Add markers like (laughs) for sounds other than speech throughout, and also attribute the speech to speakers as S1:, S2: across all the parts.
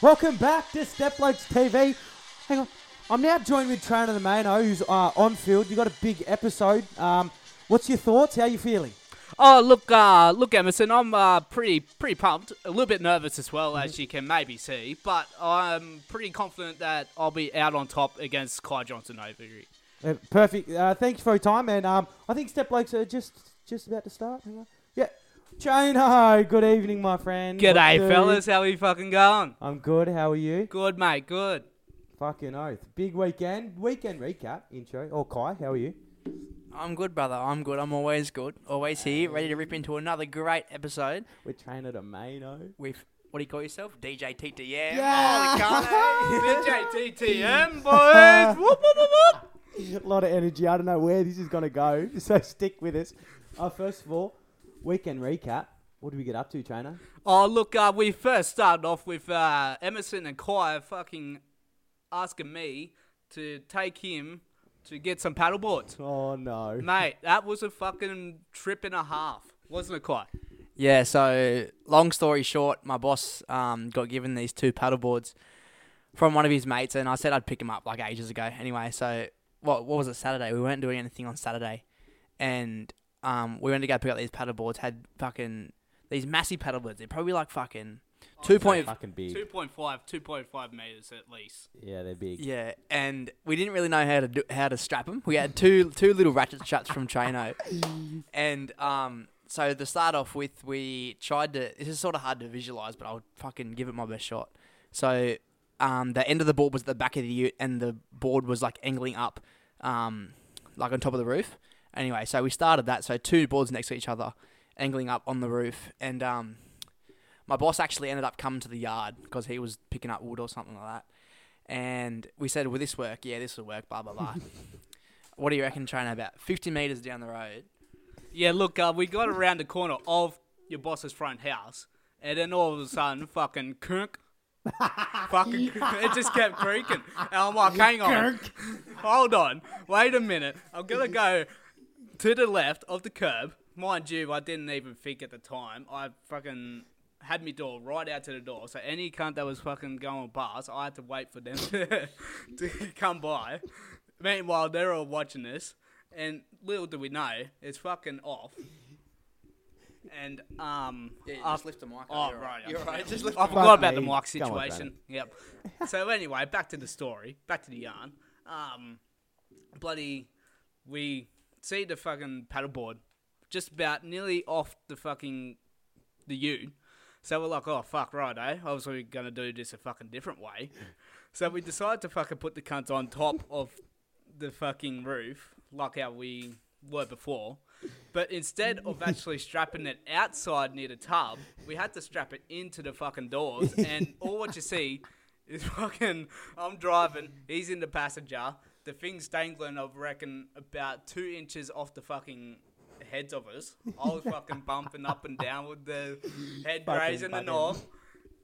S1: Welcome back to Step Blokes TV. Hang on. I'm now joined with Trainer the Mano, who's uh, on field. You got a big episode. Um, what's your thoughts? How you feeling?
S2: Oh look, uh, look, Emerson. I'm uh, pretty pretty pumped. A little bit nervous as well, as you can maybe see. But I'm pretty confident that I'll be out on top against Kai Johnson over here.
S1: Uh, perfect. Uh, thanks for your time, and um, I think Step Blokes are just just about to start. Hang on. Yeah, Chano. Good evening, my friend.
S2: G'day,
S1: What do?
S2: fellas. How are you fucking going?
S1: I'm good. How are you?
S2: Good, mate. (laughs) Good.
S1: Fucking oath. Big weekend. Weekend recap intro. Oh, Kai, how are you?
S3: I'm good, brother. I'm good. I'm always good. Always here, ready to rip into another great episode
S1: We're Trainer the Mano.
S3: with what do you call yourself, DJ TTM?
S1: Yeah.
S2: (laughs) BJTTM boys. whoop, whoop, whoop, whoop.
S1: a lot of energy. I don't know where this is going to go, (laughs) so stick with us. Uh, first of all, weekend recap. What did we get up to, trainer?
S2: Oh look, uh, we first started off with uh, Emerson and Kai fucking asking me to take him to get some paddle boards.
S1: Oh no.
S2: Mate, that was a fucking trip and a half, wasn't it, Kai?
S3: Yeah. So long story short, my boss um, got given these two paddle boards from one of his mates, and I said I'd pick them up like ages ago. Anyway, so what what was it Saturday? We weren't doing anything on Saturday, and um, we went to go pick up these paddle boards. Had fucking these massive paddle boards. They're probably like fucking two point
S1: Fucking big.
S2: 2.5, 2.5 meters at least.
S1: Yeah, they're big.
S3: Yeah, and we didn't really know how to do, how to strap them. We had two two little ratchet straps from Traino, and um, so to start off with, we tried to. This is sort of hard to visualize, but I'll fucking give it my best shot. So, um, the end of the board was at the back of the ute, and the board was like angling up, um, like on top of the roof. Anyway, so we started that. So two boards next to each other, angling up on the roof, and um, my boss actually ended up coming to the yard because he was picking up wood or something like that. And we said, "Will this work? Yeah, this will work." Blah blah blah. what do you reckon, Trainer? About fifty meters down the road,
S2: Yeah, look, uh, we got around the corner of your boss's front house, and then all of a sudden, fucking kirk. fucking, it just kept creaking. And I'm like, hang on, hold on, wait a minute. I'm gonna go to the left of the curb. Mind you, I didn't even think at the time. I fucking had me door right out to the door. So any cunt that was fucking going past, I had to wait for them (laughs) to, to come by. Meanwhile, they're all watching this, and little do we know, it's fucking off. And um, after-
S3: the mic.
S2: Oh, right.
S3: You're
S2: okay.
S3: right. (laughs) Just lift
S2: I
S3: the mic.
S2: forgot about the
S1: Hey,
S2: mic
S1: go on,
S2: situation. Yep. so anyway, back to the story, back to the yarn. Um, bloody, we see the fucking paddleboard just about nearly off the fucking the U. So we're like, oh fuck, right, eh? Obviously, we're gonna do this a fucking
S1: (laughs)
S2: different way. so we decided to fucking put the cunt on top of the fucking roof, like how we were before. But instead
S1: (laughs)
S2: of actually strapping it outside near the tub, we had to strap it into the fucking doors.
S1: (laughs)
S2: And all what you see is fucking. I'm driving. He's in the passenger. The thing's dangling. I reckon about two inches off the fucking heads of us. I was
S1: (laughs)
S2: fucking bumping up and down with the head
S1: Fucking
S2: grazing and
S1: bugging.
S2: all.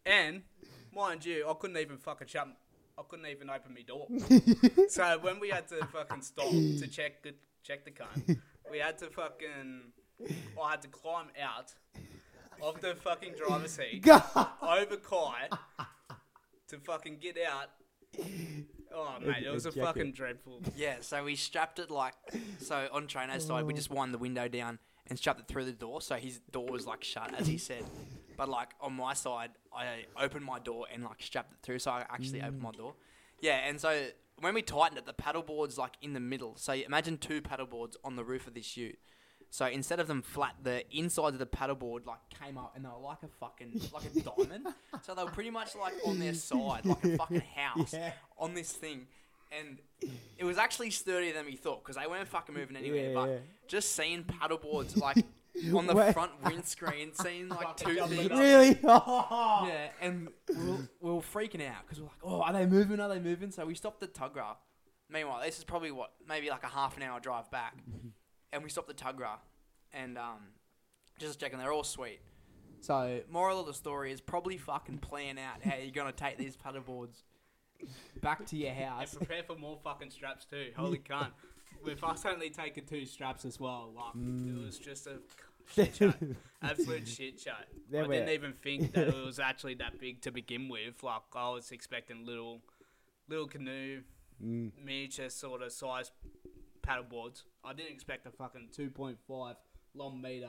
S2: And mind you, I couldn't even fucking shut. I couldn't even open my door. So when we had to fucking stop to check the check the cunt, we had to fucking I had to climb out of the fucking driver's seat over Kai to fucking get out. Oh mate, it was a
S1: Ejected.
S2: fucking dreadful.
S3: Yeah. So we strapped it like so on Traino's side. We just wind the window down and strapped it through the door, so his door was like shut, as he said. But like on my side, I opened my door and like strapped it through, so I actually opened my door. Yeah, and so when we tightened it, the paddle board's like in the middle. So you imagine two paddle boards on the roof of this chute. So instead of them flat, the insides of the paddleboard like came up and they were like a fucking like a diamond. so they were pretty much like on their side, like a fucking house
S1: Yeah.
S3: on this thing. And it was actually sturdier than we thought because they weren't fucking moving anywhere.
S1: Yeah,
S3: but
S1: yeah.
S3: just seeing paddleboards
S1: (laughs)
S3: like on the
S1: Wait.
S3: front windscreen, seeing like
S2: Fucking
S3: two
S2: jumping
S3: things.
S1: (laughs)
S2: up.
S1: Really? (laughs)
S3: Yeah, and we were, we were freaking out because we're like, oh, are they moving? Are they moving? So we stopped the tugra. Meanwhile, this is probably what maybe like a half an hour drive back,
S1: (laughs)
S3: and we stopped the tugra, and um, just checking they're all sweet. So moral of the story is probably fucking plan out how you're gonna take these paddleboards back to your
S2: And
S3: house.
S2: prepare for more fucking straps too. Holy cunt. With us only taking two straps as well, like it was just a shit show. Absolute shit show.
S1: There
S2: I
S1: we
S2: didn't
S1: are.
S2: even think that it was actually that big to begin with. Like I was expecting little, little canoe, miniature sort of size paddleboards. I didn't expect a fucking two point five long meter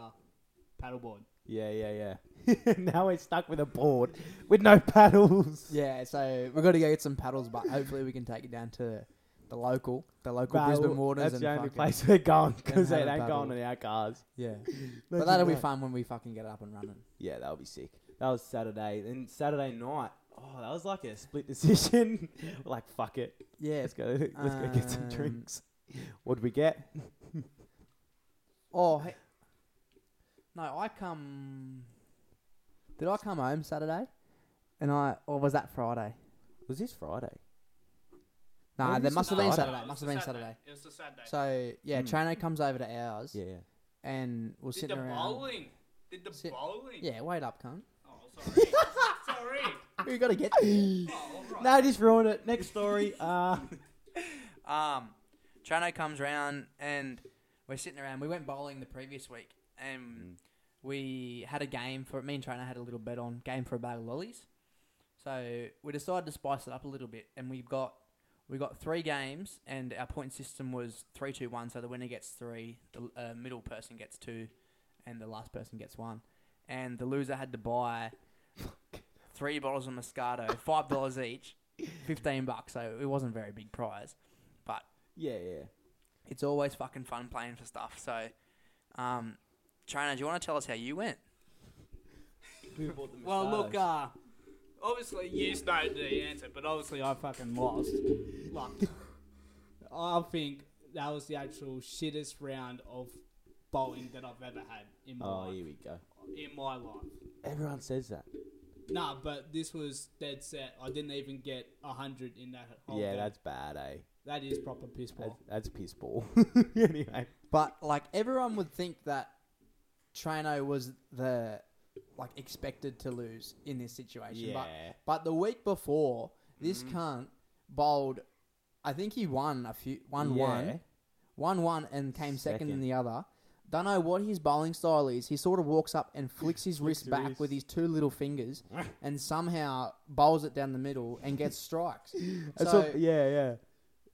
S2: paddleboard.
S1: Yeah, yeah, yeah. (laughs) now we're stuck with a board with no paddles.
S3: Yeah, so we've got to go get some paddles, but hopefully we can take it down to the local, the local Brisbane waters.
S1: That's
S3: and
S1: the only
S3: fucking-
S1: place we're going because
S3: have
S1: it
S3: a
S1: ain't
S3: paddle.
S1: going in our cars. (laughs)
S3: Yeah,
S1: Imagine
S3: but that'll be
S1: that.
S3: fun when we fucking get it up and running.
S1: Yeah, that'll be sick. That was Saturday. Then Saturday night. Oh, that was like a split decision. (laughs) We're like, fuck it.
S3: Yeah,
S1: Let's go. (laughs) Let's go get some
S3: Um,
S1: drinks. What'd we get?
S3: Oh, hey. no, I come. Did I come home Saturday? And I, or was that Friday?
S1: Was this Friday?
S3: Nah,
S1: Maybe
S3: there
S1: this
S3: must
S1: was
S3: have been
S1: Friday.
S3: Saturday.
S2: it
S3: Must
S2: was
S3: have been
S2: the
S3: Saturday.
S2: It was the Saturday.
S3: So yeah,
S1: Mm.
S3: Trano comes over to ours,
S1: Yeah.
S3: and we're
S2: Did
S3: sitting
S2: the
S3: around.
S2: bowling? Did the
S3: Sit-
S2: bowling?
S3: Yeah, wait up, cunt.
S2: Oh, sorry. (laughs) sorry.
S3: We gotta (gasps) get. there.
S2: Oh, all right.
S1: No, just ruined it. Next
S3: (laughs)
S1: story. Uh,
S4: Um, Trano comes round and we're sitting around. We went bowling the previous week and we had a game for me and Trano had a little bet on game for a bag of lollies. So we decided to spice it up a little bit and we got we got three games and our point system was three two one. So the winner gets three, the uh, middle person gets two, and the last person gets one. And the loser had to buy three bottles of Moscato, five dollars each, fifteen bucks. So it wasn't a very big prize, but
S1: yeah, yeah.
S4: it's always fucking fun playing for stuff. So, um, Trina, do you want to tell us how you went?
S1: Who bought the
S2: Well, look, uh, obviously you know the answer, but obviously I fucking lost. Like, I think that was the actual shittest round of bowling that I've ever had in my
S1: Oh,
S2: life.
S1: here we go.
S2: In my life.
S1: Everyone says that.
S2: Nah, but this was dead set. I didn't even get a hundred in that
S3: Oh,
S2: whole
S1: yeah,
S2: game.
S1: that's bad, eh?
S2: that is proper piss poor.
S1: That's, that's piss ball. (laughs) anyway.
S3: But like everyone would think that Trano was the like expected to lose in this situation. But
S1: Yeah.
S3: but the week before, this
S2: Mm-hmm.
S3: cunt bowled I think he won a few one
S1: Yeah.
S3: one. One one and came second.
S1: Second.
S3: in the other. Don't know what his bowling style is. He sort of walks up and flicks
S1: (laughs)
S3: his wrist
S1: the
S3: back
S1: wrist.
S3: with his two
S1: (laughs)
S3: little fingers and somehow bowls it down the middle and gets strikes.
S1: (laughs) That's
S3: so,
S1: what, yeah, yeah.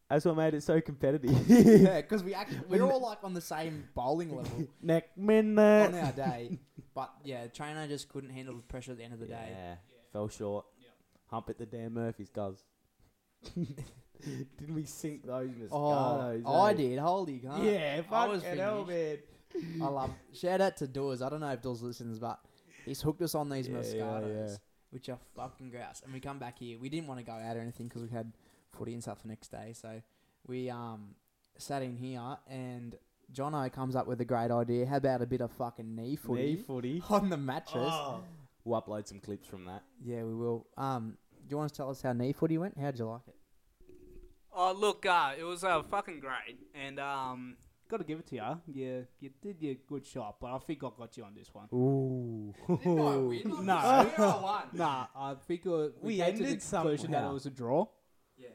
S1: That's what made it so competitive. (laughs)
S3: (laughs) yeah, because we actually, we're all like on the same bowling level.
S1: Neck
S3: on
S1: minute.
S3: our day. But yeah, Trainer just couldn't handle the pressure at the end of the
S1: Yeah.
S3: day.
S1: Fell short.
S2: Yeah.
S1: Hump at the damn Murphys, guys. (laughs) Didn't we sink those
S3: Oh,
S1: Moscatos?
S3: I
S1: eh?
S3: did. Holy God.
S1: Yeah,
S3: I was
S1: fucking hell, man.
S3: I love. Shout out to Dawes. I don't know if Dawes listens, but he's hooked us on these
S1: Yeah, yeah,
S3: Moscatos,
S1: yeah.
S3: which are fucking grouse. And we come back here. We didn't want to go out or anything because we had footy and stuff the next day. So we um sat in here, and Jono comes up with a great idea. How about a bit of fucking knee footy
S1: Knee footy.
S3: on the mattress?
S2: Oh.
S1: We'll upload some clips from that.
S3: Yeah, we will. Um, do you want to tell us how knee footy went? How'd you like it?
S2: Oh look, uh, it was uh, fucking great, and um, got to give it to you. Yeah, you did your good shot, but I think I got you on this one.
S1: Ooh.
S5: (laughs)
S2: No. Nah, I think it was,
S1: We
S2: we, came to the
S1: ended
S2: conclusion that
S1: somehow.
S2: it was a draw.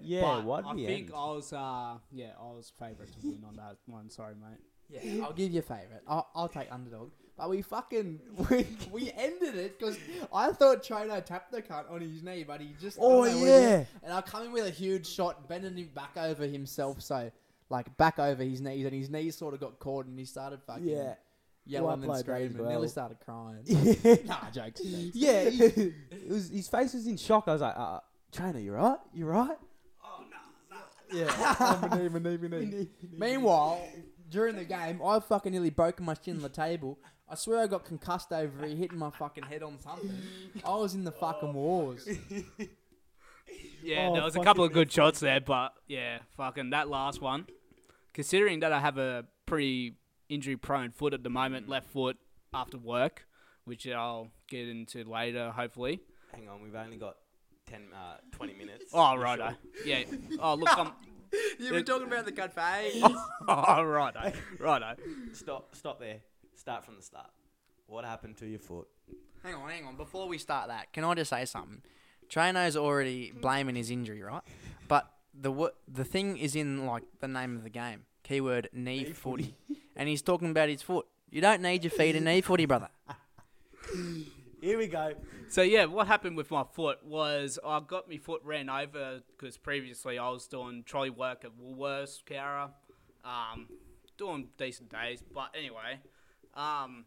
S1: yeah,
S2: but
S1: what?
S2: I think I was, uh, yeah, I was favourite to win on that one. Sorry, mate.
S3: Yeah, (laughs) I'll give you a favourite. I'll, I'll take underdog. But we fucking (laughs) we, we ended it because I thought Trino tapped the cunt on his knee, but he just I don't
S1: Oh,
S3: know what he
S1: yeah.
S3: did. And I come in with a huge shot, bending him back over himself, so like back over his knees, and his knees sort of got caught, and he started fucking (laughs)
S1: Yeah. (laughs) Well,
S3: yelling
S1: I played
S3: and
S1: that
S3: screaming,
S1: as
S3: and
S1: well.
S3: nearly started crying.
S1: (laughs)
S3: nah, jokes. jokes.
S1: yeah, he, it was, his face was in shock. I was like, uh, Trainer, you right? You right?
S2: Oh no,
S1: (laughs)
S3: (laughs) Meanwhile, during the game, I fucking nearly broke my shin on the table. I swear I got concussed over it, hitting my fucking head on something. I was in the fucking wars.
S2: Yeah,
S1: Oh,
S2: there was a
S1: fucking
S2: couple of good shots there, but yeah, fucking that last one. Considering that I have a pretty injury-prone foot at the moment, left foot after work, which I'll get into later, hopefully.
S5: Hang on, we've only got 10, uh, 20 minutes.
S2: Oh, righto. Yeah. Oh, look, I'm.
S4: (laughs)
S2: (laughs)
S4: You were talking about the
S3: (laughs)
S4: cafe.
S2: Oh, righto. Righto.
S5: Stop, stop there. Start from the start. What happened to your foot?
S4: hang on, hang on. Before we start that, can I just say something? Trano's already blaming his injury, right? But the wo- the thing is in like the name of the game. Keyword knee footy, and he's talking about his foot.
S3: You don't need your feet in e footy, brother.
S1: Here we go.
S2: So yeah, what happened with my foot was I got my foot ran over because previously I was doing trolley work at Woolworths, Cowra, um, doing decent days. But anyway, um,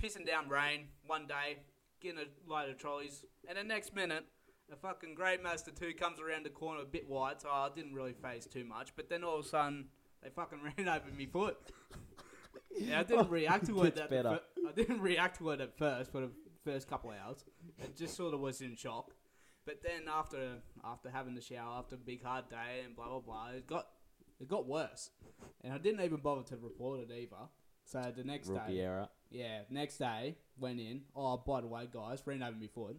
S2: pissing down rain one day, getting a load of trolleys, and the next minute, a fucking Great Master Two comes around the corner a bit wide, so I didn't really phase too much. But then all of a sudden, they fucking (laughs) ran over my foot. Yeah, I didn't react to it.
S1: Gets
S2: At
S1: better.
S2: The fir- I didn't react to it at first for the first couple of hours. It just sort of was in shock. But then after after having the shower, after a big hard day and blah blah blah, it got it got worse. And I didn't even bother to report it either. So the next day,
S1: Rookie error.
S2: yeah, next day went in. Oh, by the way, guys, ran over me foot.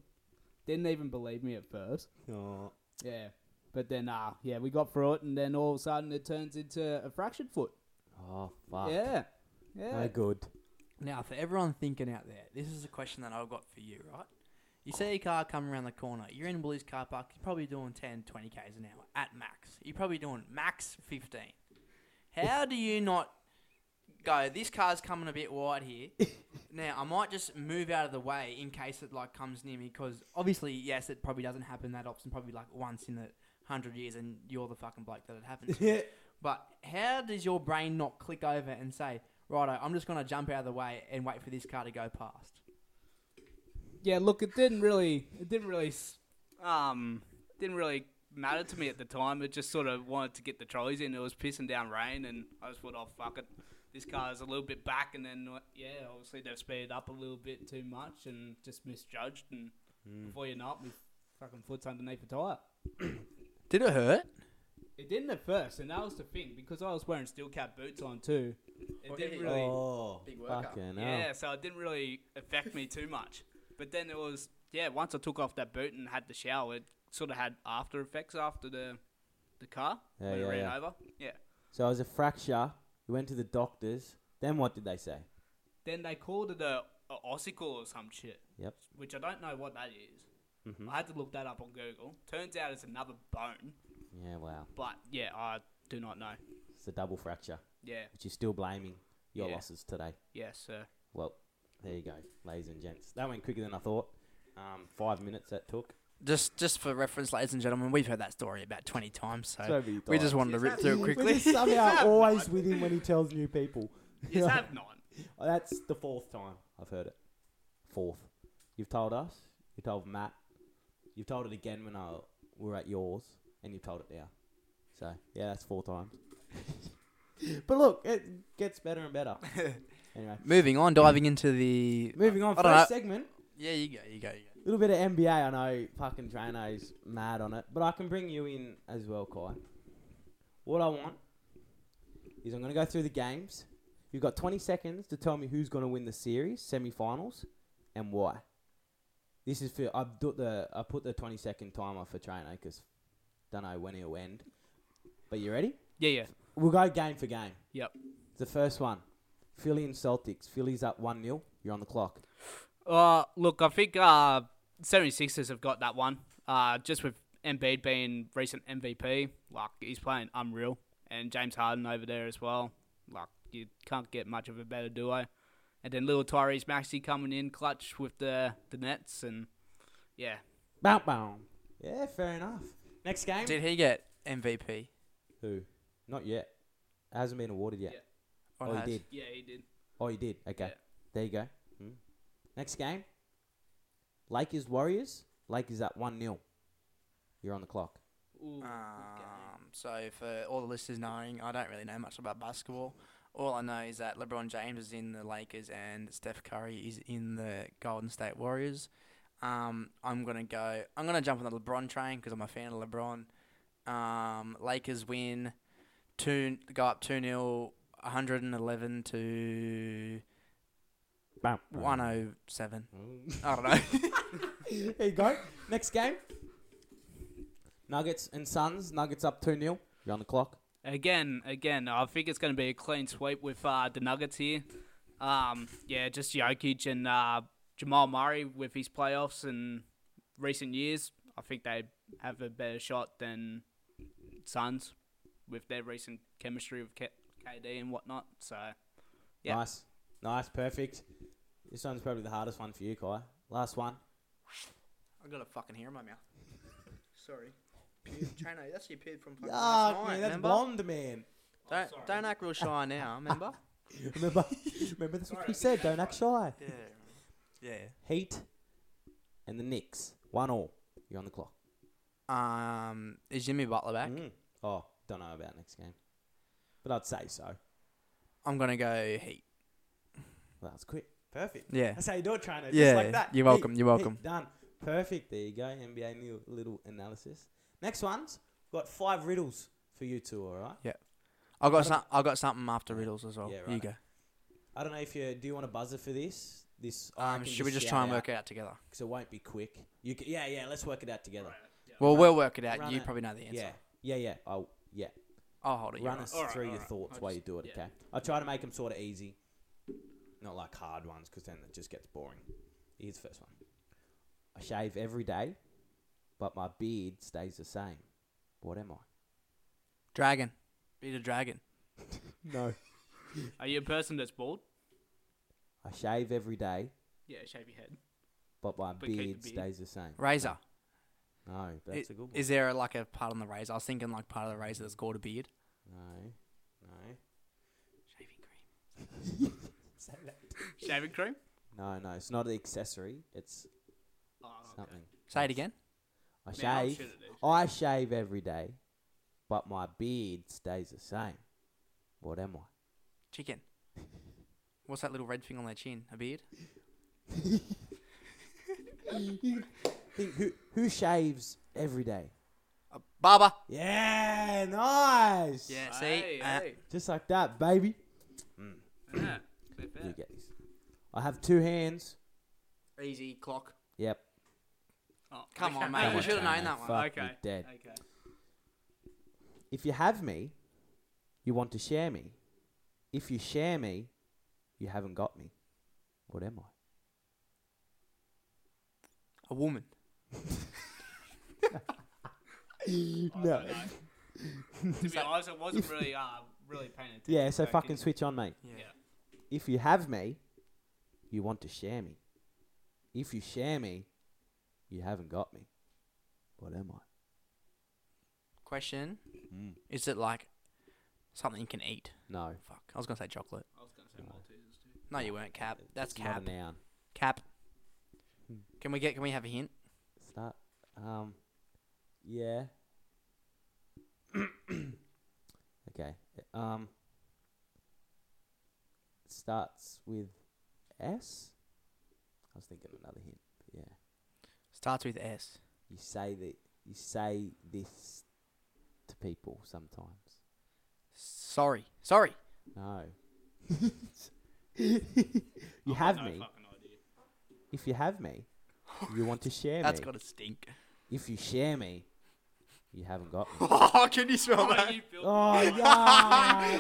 S2: Didn't even believe me at first.
S1: Oh.
S2: Yeah, but then uh yeah, we got through it, and then all of a sudden it turns into a fractured foot.
S1: Oh, fuck.
S2: Yeah, yeah.
S1: No good.
S3: Now, for everyone thinking out there, this is a question that I've got for you, right? You see a car come around the corner. You're in Woolies car park. You're probably doing 10, 20 k's an hour at max. You're probably doing max 15. How do you not go? This car's coming a bit wide here. now I might just move out of the way in case it like comes near me because obviously, yes, it probably doesn't happen that often. Probably like once in a hundred years, and you're the fucking bloke that it happens. to.
S1: Yeah.
S3: But how does your brain not click over and say, righto, I'm just going to jump out of the way and wait for this car to go past?
S2: yeah, look, it didn't really, it didn't really, s- um, didn't really matter to me at the time. It just sort of wanted to get the trolleys in. It was pissing down rain, and I just thought, oh fuck it, this car's a little bit back, and then uh, yeah, obviously they've speeded up a little bit too much and just misjudged, and
S3: Hmm.
S2: before you know it, my fucking foot's underneath the tire.
S3: (coughs) Did it hurt?
S2: It didn't at first, and that was the thing because I was wearing steel cap boots on too. It
S3: Well,
S2: didn't
S3: yeah,
S2: really.
S1: Oh,
S3: Big workout.
S1: fucking
S2: Yeah,
S1: hell.
S2: so it didn't really affect me too much. But then it was, yeah, once I took off that boot and had the shower, it sort of had after effects after the the car
S1: Yeah,
S2: when
S1: yeah,
S2: it ran
S1: yeah.
S2: over. Yeah.
S1: So it was a fracture. You went to the doctors. Then what did they say?
S2: Then they called it a, a ossicle or some shit,
S1: Yep.
S2: which I don't know what that is.
S1: Mhm.
S2: I had to look that up on Google. Turns out it's another bone,
S1: Yeah, wow.
S2: but yeah, I do not know.
S1: It's a double fracture,
S2: Yeah,
S1: which you're still blaming your
S2: Yeah.
S1: losses today.
S2: yes, sir.
S1: Well, there you go, ladies and gents. That went quicker than I thought. Um, five minutes that took.
S3: Just, just for reference, ladies and gentlemen, we've heard that story about 20 times, so,
S1: So many
S3: we just
S1: times.
S3: wanted to rip through it
S1: We're
S3: quickly.
S1: just
S3: (laughs)
S1: somehow always with him when he tells new people. (laughs)
S2: Yes, have none.
S1: Oh, That's the fourth time I've heard it. Fourth. You've told us. You told Matt. You've told it again when I we were at yours, and you've told it now. So yeah, that's four times. but look, it gets better and better. anyway,
S3: Moving on, diving into the.
S1: moving on.
S3: I don't
S1: First
S3: know.
S1: segment.
S3: Yeah, you go, you go, you go.
S1: A little bit of NBA. I know fucking Drano's mad on it, but I can bring you in as well, Kai. What I want is I'm going to go through the games. You've got 20 seconds to tell me who's going to win the series, semi-finals, and why. This is for I've put the I put the 20 second timer for Trano because don't know when he'll end. But you ready?
S2: Yeah, yeah.
S1: We'll go game for game.
S2: Yep.
S1: The first one, Philly and Celtics. Philly's up one 0 You're on the clock.
S2: Uh, look, I think uh, 76ers have got that one. Uh, just with Embiid being recent MVP, like he's playing unreal, and James Harden over there as well. Like you can't get much of a better duo. And then little Tyrese Maxey coming in clutch with the the Nets, and yeah,
S1: Bow bow. Yeah, fair enough. Next game.
S3: Did he get MVP?
S1: Who? Not yet. It hasn't been awarded yet.
S2: Yeah.
S3: Or
S1: Oh,
S3: has-
S1: he did.
S2: yeah, he did.
S1: Oh, he did. Okay.
S2: Yeah.
S1: There you go. Mm. Next game. Lakers Warriors. Lakers at one 0 You're on the clock.
S2: Ooh,
S3: Um, so for all the listeners knowing, I don't really know much about basketball. All I know is that LeBron James is in the Lakers and Steph Curry is in the Golden State Warriors. Um, I'm gonna go. I'm gonna jump on the LeBron train because I'm a fan of LeBron. Um, Lakers win. Two go up two 0 111 to
S1: Bam.
S3: 107.
S1: Mm.
S3: I don't
S1: (laughs)
S3: know. (laughs)
S1: there you go. Next game. Nuggets and Suns. Nuggets up two 0 You're on the clock.
S2: Again, again, I think it's going to be a clean sweep with uh, the Nuggets here. Um, yeah, just Jokic and uh, Jamal Murray with his playoffs in recent years. I think they have a better shot than Suns with their recent chemistry with K- KD and whatnot. So, Yeah.
S1: Nice. Nice, perfect. This one's probably the hardest one for you, Kai. Last one.
S3: I got a fucking hair in my mouth.
S2: Sorry.
S3: Trainer, that's your pig from
S1: Yuck, Ah, man, that's blonde, man.
S3: Don't, don't act real shy now, remember?
S1: (laughs) Remember, remember that's what we said. Don't act shy.
S3: (laughs) yeah. Yeah.
S1: Heat and the Knicks. One all. You're on the clock.
S3: Um, is Jimmy Butler back?
S1: Mm. Oh, don't know about next game, but I'd say so.
S3: I'm gonna go Heat.
S1: Well, that's quick. Perfect.
S3: Yeah.
S1: That's how you do it, Trino.
S3: Yeah,
S1: Just like that.
S3: you're
S1: Heat,
S3: welcome, you're
S1: heat,
S3: welcome.
S1: done. Perfect. There you go. NBA new little analysis. Next one's got five riddles for you two. All right.
S3: I got some, I got something after riddles as well.
S1: Yeah,
S3: You
S1: right.
S3: go.
S1: I don't know if you do you want a buzzer for this. This I
S3: Um,
S1: can
S3: should we just try and work
S1: it?
S3: it out together?
S1: Because it won't be quick. You c yeah yeah. Let's work it out together.
S3: Well, we'll work it out.
S1: Run
S3: you
S1: it.
S3: probably know the answer.
S1: Yeah yeah yeah. I'll yeah.
S3: I'll hold it. you're
S1: Run
S3: right.
S1: us
S2: All right,
S1: through
S2: all
S1: your
S2: right.
S1: thoughts
S2: I'll
S1: while you
S2: just-
S1: do it.
S2: yeah.
S1: Okay. I try to make them sort of easy, not like hard ones, because then it just gets boring. Here's the first one. I shave every day, but my beard stays the same. What am I?
S3: Dragon. Beat a dragon.
S1: No.
S2: Are you a person that's bald?
S1: I shave every day,
S2: Yeah, shave your head.
S1: but my
S2: But keep the
S1: beard,
S2: beard.
S1: stays the same.
S3: Razor.
S1: No, but that's
S3: I-
S1: a good one.
S3: Is there like a part on the razor? I was thinking like part of the razor that's got a beard.
S1: no, no,
S3: Shaving cream.
S2: Shaving
S3: (laughs)
S2: cream?
S1: no, no. It's not an accessory. It's
S2: Oh, okay.
S1: something.
S3: Say it again.
S1: I
S2: Man, I'll
S1: shave.
S2: shit it, dude.
S1: I shave every day, but my beard stays the same. What am I?
S3: Chicken. What's that little red thing on their chin? A beard?
S1: (laughs) Think who who shaves every day?
S3: A barber.
S1: Yeah, nice.
S3: Yeah. See.
S2: Hey,
S3: Uh,
S2: hey.
S1: Just like that, baby.
S2: Yeah, clip
S1: You
S2: that.
S1: get this. I have two hands.
S3: Easy clock.
S1: Yep.
S2: Oh,
S3: Come
S2: okay.
S3: on, mate.
S1: Come
S3: We
S1: on,
S3: should have known
S1: Chino.
S3: that one.
S1: Fuck.
S2: okay.
S1: me dead.
S2: Okay.
S1: If you have me, you want to share me. If you share me, you haven't got me. What am I?
S3: A woman.
S2: (laughs)
S1: no.
S2: uh,
S1: (laughs)
S2: To be honest, I wasn't really, uh, really paying attention.
S1: Yeah, so
S2: I
S1: fucking
S2: didn't-
S1: switch on, mate.
S3: Yeah.
S2: Yeah.
S1: If you have me, you want to share me. If you share me, you haven't got me. What am I?
S3: Question. Is it like something you can eat?
S1: No.
S3: Fuck. I was gonna say chocolate.
S2: I was going to say Maltesers too.
S3: No, you weren't. Cap. That's
S1: It's not
S3: cap.
S1: a Hmm. noun.
S3: Cap. Can we get? Can we have a hint?
S1: It's not. Um, yeah. (coughs) okay. Um, it starts with S. I was thinking another hint. But yeah,
S3: Starts with S.
S1: you say that you say this to people sometimes.
S3: Sorry. Sorry. (laughs)
S1: No. you have
S2: no
S1: me.
S2: fucking
S3: (laughs)
S2: idea.
S1: If you have me, you want to share
S3: That's
S1: me.
S3: gotta
S1: (laughs)
S3: stink. (laughs)
S1: If you share me, you haven't got me.
S3: Oh, can you smell
S2: Oh,
S3: that?
S2: you filthy
S1: Oh,
S2: fuck.
S3: (laughs)
S1: yeah,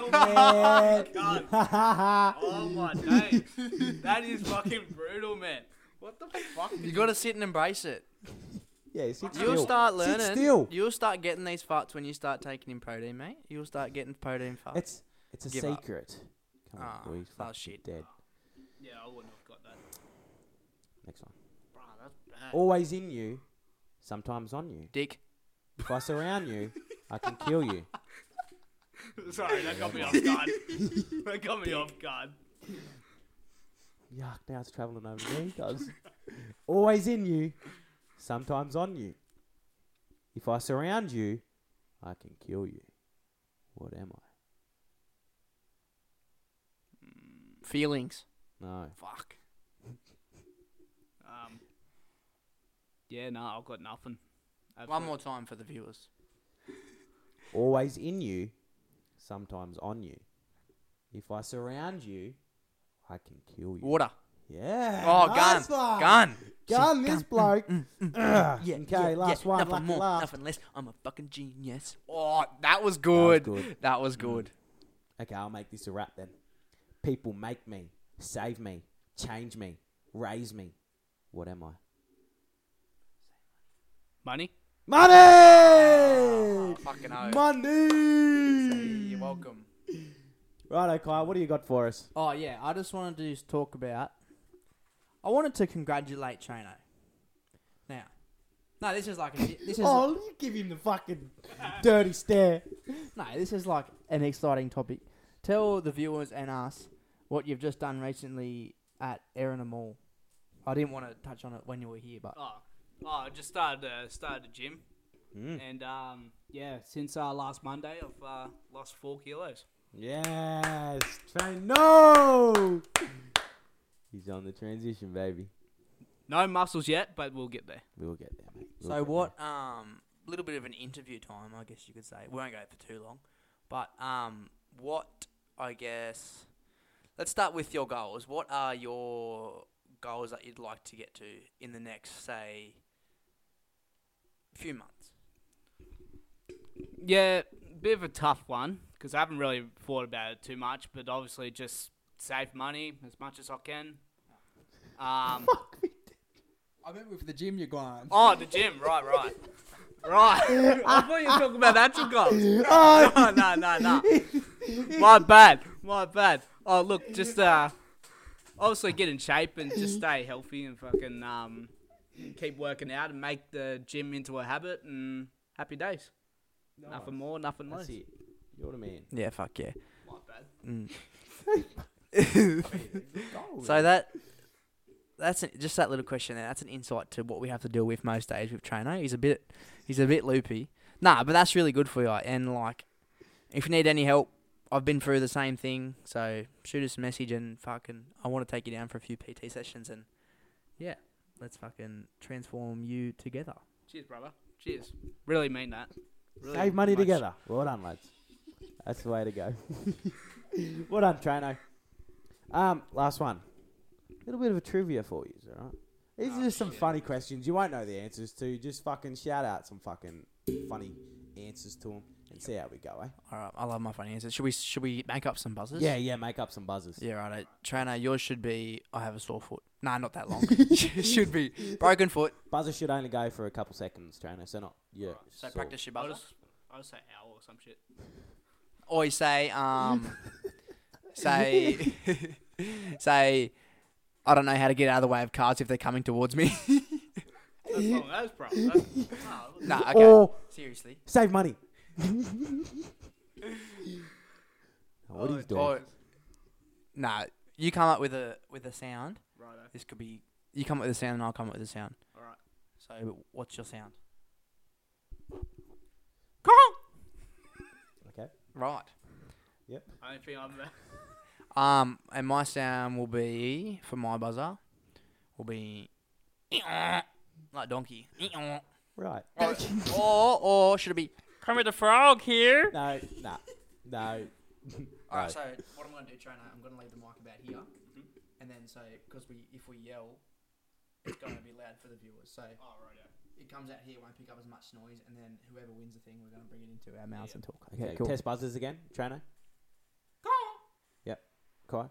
S2: God.
S1: man.
S2: Oh
S1: (laughs)
S2: my days. that is fucking brutal, man. What the fuck?
S3: You
S2: Did
S3: gotta sit and embrace it.
S1: yeah, sit
S3: You'll
S1: still.
S3: start
S1: Sit
S3: learning.
S1: still.
S3: You'll start getting these farts when you start taking in protein, mate. You'll start getting protein farts.
S1: It's it's a
S3: Give up.
S1: secret. Come on,
S3: Ah,
S1: boys.
S3: that
S1: fuck,
S3: was
S1: you're
S3: shit.
S1: Dead.
S2: yeah, I wouldn't have got that.
S1: Next one.
S2: Bruh, that's bad.
S1: Always in you, sometimes on you.
S3: Dick.
S1: If I surround you, I can kill you. Oh.
S2: Sorry, that got me
S3: (laughs)
S2: off guard. that got me off guard.
S1: Yuck! Now it's traveling over me. Does (laughs) always in you, sometimes on you. If I surround you, I can kill you. What am I?
S3: Feelings.
S1: No.
S3: Fuck.
S2: Um, yeah, no, I've got nothing.
S3: One more time for the viewers.
S1: always in you, sometimes on you. If I surround you, I can kill you.
S3: Water.
S1: Yeah.
S3: Oh,
S1: nice
S3: gun.
S1: one.
S3: Gun. Mm,
S1: Gun, this bloke. Ugh.
S3: Yeah,
S1: okay,
S3: yeah,
S1: last
S3: yeah.
S1: one.
S3: Nothing
S1: lucky
S3: more,
S1: last.
S3: nothing less. I'm a fucking genius. Oh, that was good. That was
S1: good.
S3: good. Mm.
S1: Okay, I'll make this a wrap then. People make me, save me, change me, raise me. What am I?
S2: Money?
S1: Money!
S3: Fucking hell.
S1: Money!
S3: You're welcome.
S1: Righto, Kyle, what do you got for us?
S6: Oh yeah, I just wanted to just talk about. I wanted to congratulate Chino. Now, no, this is like a, this is
S1: Oh, you give him the fucking dirty stare.
S6: no, this is like an exciting topic. Tell the viewers and us what you've just done recently at Erina Mall. I didn't want to touch on it when you were here, but
S2: Oh, oh I just started uh, started a gym,
S1: Mm.
S2: and um, yeah, since uh, last Monday, I've uh, lost four kilos.
S1: Yes, train. No, he's on the transition, baby.
S2: No muscles yet, but we'll get there.
S1: We will get there, mate. We'll
S3: So
S1: get
S3: what? Um, a little bit of an interview time, I guess you could say. We won't go for too long, but um, what I guess. Let's start with your goals. What are your goals that you'd like to get to in the next, say, few months?
S2: Yeah, bit of a tough one because I haven't really thought about it too much. But obviously, just save money as much as I can. (laughs) Um,
S6: I remember for the gym you're going.
S2: oh, the gym, right, right, right. (laughs) I thought you were talking about actual goals.
S1: there. Oh,
S2: (laughs) No, no, no, no. My bad, my bad. Oh, look, just uh, obviously get in shape and just stay healthy and fucking um, keep working out and make the gym into a habit and happy days. Nothing more, nothing less.
S1: That's it. You're the man.
S3: Yeah, fuck yeah.
S2: My bad.
S3: Mm. (laughs)
S1: (laughs)
S3: so that that's an, just that little question there. That's an insight to what we have to deal with most days with Trainer. He's a bit he's a bit loopy. Nah, but that's really good for you. And like, if you need any help, I've been through the same thing. So shoot us a message and fucking I want to take you down for a few PT sessions and yeah, let's fucking transform you together.
S2: Cheers, brother. Cheers. Really mean that. Really
S1: Save money
S2: much.
S1: together. Well done, lads. That's the way to go. (laughs) well done, Trano. Um, last one. A little bit of a trivia for you, all right? These
S3: Oh,
S1: are just some funny questions you won't know the answers to. Just fucking shout out some fucking funny answers to them and see how we go, eh?
S3: All right, I love my funny answers. Should we should we make up some buzzers?
S1: Yeah, yeah, make up some buzzers.
S3: Yeah, right. Trainer, yours should be I have a sore foot. Nah, not
S1: (laughs)
S3: that long. (laughs) should be broken foot.
S1: Buzzer should only go for a couple seconds, Trano, so not yeah.
S3: So
S1: sort.
S3: practice your
S2: I'll
S3: buzzer.
S2: just, I'll just say owl or some
S1: (laughs)
S2: shit.
S3: Or you say, um, say, (laughs) say, I don't know how to get out of the way of cars if they're coming towards me. (laughs)
S2: That's wrong. That's probably.
S1: (laughs)
S2: That's, oh,
S3: nah, okay.
S1: Or
S3: Seriously.
S1: save
S3: (laughs)
S1: money. what
S3: Oh,
S1: are you doing?
S3: Or, nah, you come up with a with a sound.
S2: righto.
S3: This could be you come up with a sound and I'll come up with a sound.
S2: All right.
S3: So what's your sound?
S1: Okay.
S3: Right.
S2: I don't
S1: (laughs)
S2: think I'm uh, there.
S3: Um, and my sound will be for my buzzer will be like donkey.
S1: Right.
S3: or,
S6: Oh,
S3: or or should it be Kermit the Frog here?
S1: No, no, no.
S3: All
S1: Right.
S3: right. So what I'm gonna do, trainer, I'm gonna leave the mic about here,
S6: Mm-hmm.
S3: and then so because we if we yell, it's gonna be loud for the viewers. So
S2: Oh, righto.
S3: it comes out here, won't pick up as much noise, and then whoever wins the thing, we're gonna bring it into our mouths and talk.
S1: Okay, test buzzers again. Trainer. Yep. Kai.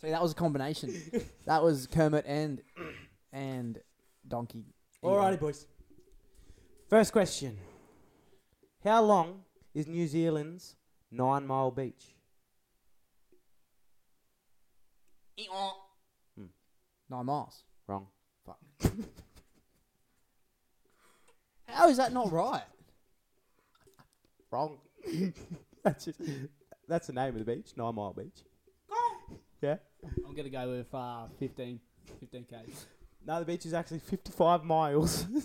S6: See, that was a
S3: (laughs)
S6: combination. that was Kermit and and Donkey.
S1: Alrighty, boys. First question. How long is New Zealand's Nine Mile Beach?
S6: nine miles.
S1: Wrong.
S6: How is that not right?
S1: Wrong. (laughs) that's just, that's the name of the beach. Nine Mile Beach. yeah.
S7: I'm gonna go with uh, 15, 15 k.
S1: No, the beach is actually 55 miles. (laughs)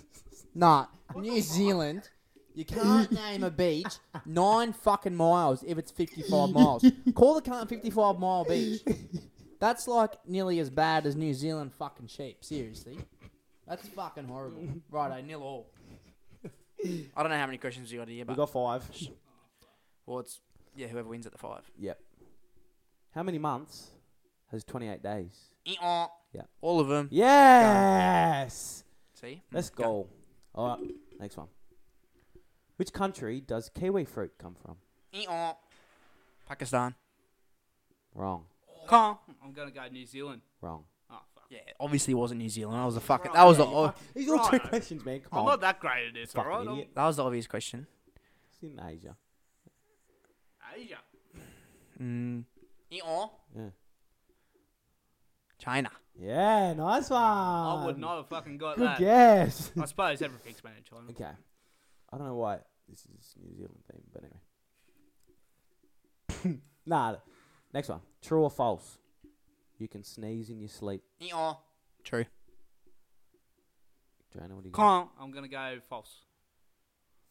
S6: Nah, New Zealand. You
S1: (laughs)
S6: can't name a beach nine fucking miles if it's 55 miles. Call the cunt 55 mile beach. That's like nearly as bad as New Zealand fucking sheep. Seriously, that's fucking horrible. Righto, nil all.
S3: (laughs) I don't know how many questions you got here,
S1: we
S3: but
S1: got five.
S3: well, it's yeah, whoever wins at the five.
S1: Yep. How many months has 28 days? Yeah.
S3: All of them.
S1: Yes.
S3: See.
S1: Let's go. All right, next one. Which country does kiwi fruit come from?
S3: Pakistan.
S1: Wrong,
S2: (laughs) I'm gonna go New Zealand.
S1: wrong.
S2: Oh fuck.
S3: Yeah, obviously it wasn't New Zealand. That was a fucking. That was the o-
S1: These are all
S2: Righto.
S1: trick questions, man. Come
S2: Oh, I'm
S1: on,
S2: not that great at this.
S1: Oh, fucking
S2: All right.
S1: idiot.
S3: that was the obvious question.
S1: It's in Asia.
S2: Asia.
S3: Mm.
S1: Yeah.
S3: China.
S1: Yeah, nice one.
S2: I would not have fucking got
S1: Um, Good
S2: that.
S1: guess.
S2: (laughs) I suppose everything's made in China.
S1: (laughs) okay. I don't know why this is New Zealand theme, but anyway. (laughs) nah. Next one. True or false? You can sneeze in your sleep.
S3: True.
S1: Joanna, what do you got?
S2: Can't. I'm gonna go false.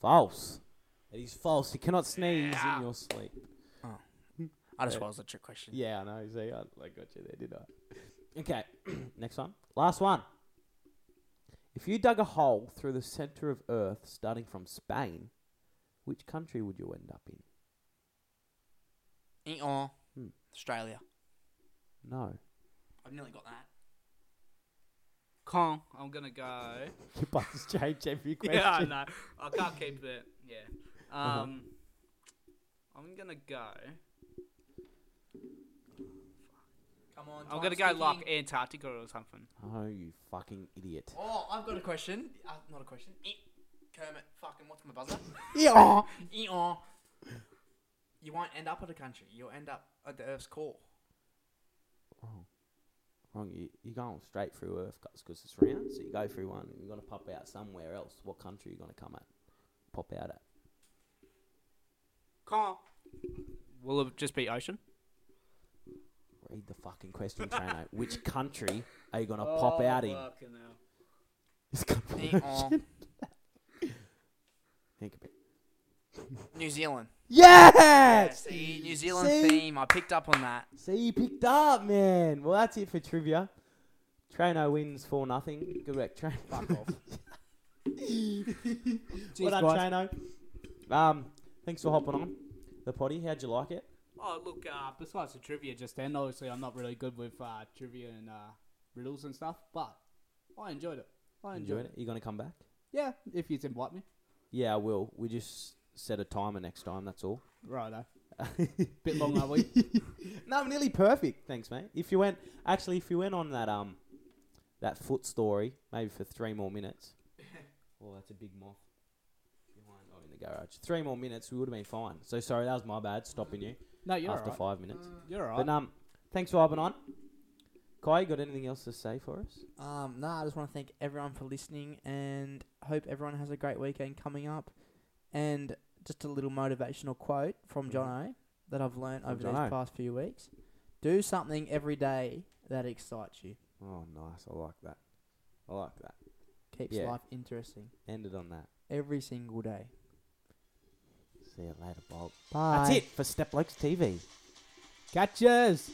S1: False. It is false. You cannot sneeze
S2: Yeah.
S1: in your sleep.
S3: I just thought it was a trick question.
S1: Yeah, I know. See, I, I got you there, did I? Okay, (clears throat) next one. Last one. If you dug a hole through the center of Earth, starting from Spain, which country would you end up in?
S3: Yeah.
S1: Hmm.
S3: Australia.
S1: No, (laughs)
S3: I've nearly got that.
S2: Can't. I'm gonna go.
S1: you buttons change every question.
S2: (laughs)
S1: Uh-huh.
S2: Yeah, I know. I can't keep it. Yeah. Um, I'm gonna go.
S3: Come on.
S2: I'm gonna go like Antarctica or something.
S1: Oh, you fucking idiot!
S3: Oh, I've got a question. Uh, not a question. Eh, Kermit, fucking what's my buzzer?
S1: (laughs) Yeah.
S3: Eh-oh. You won't end up at a country. You'll end up at the Earth's core.
S1: Wrong. You, you're going straight through Earth because it's round. So you go through one, and you're gonna pop out somewhere else. What country are you gonna come at? Pop out at?
S2: Can't. Will it just be ocean?
S1: Read the fucking question,
S2: (laughs)
S1: Trano. which country are you gonna
S2: Oh,
S7: Oh,
S1: pop out in?
S2: uh,
S1: It's gonna be
S3: Eh-oh.
S1: (laughs) Think a bit.
S3: New Zealand.
S1: Yes!
S3: See, New Zealand
S1: See?
S3: theme. I picked up on that.
S1: See, you picked up, man. Well, that's it for trivia. Trano wins 4 nothing. Good work, Trano. Fuck off. well
S7: Cheers, guys.
S1: done, Trano. Um, thanks for hopping on the potty. How'd you like it?
S2: Oh look, uh,
S7: Uh, besides the trivia just then, obviously I'm not really good with uh, trivia and uh, riddles and stuff, but I enjoyed it. I enjoyed,
S1: Enjoyed it? You going to come back?
S7: Yeah, if you invite me.
S1: Yeah, I will. We just set a timer next time, that's all. (laughs)
S7: Righto. Bit long, are we?
S1: no, nearly perfect. Thanks, mate. If you went, actually, if you went on that um, that foot story, maybe for three more
S7: (laughs)
S1: minutes. oh, that's a big moth. Behind, oh, in the garage. Three more minutes, we would have been fine. So sorry, that was my bad, stopping you
S7: No, you're
S1: after
S7: alright. Mm.
S1: five minutes.
S7: You're alright.
S1: But um, thanks for hopping on. Kai, you got anything else to say for us?
S6: Um, no, I just want to thank everyone for listening and hope everyone has a great weekend coming up. And just a little motivational quote from
S1: Mhm.
S6: Jono that I've learned
S1: From
S6: over
S1: Jono.
S6: these past few weeks. Do something every day that excites you.
S1: Oh, nice. I like that. I like that.
S6: Keeps
S1: Yeah.
S6: life interesting
S1: Ended on that.
S6: every single day.
S1: See you later, Bob.
S6: Bye.
S1: That's it for Step Blokes TV.
S7: Catches!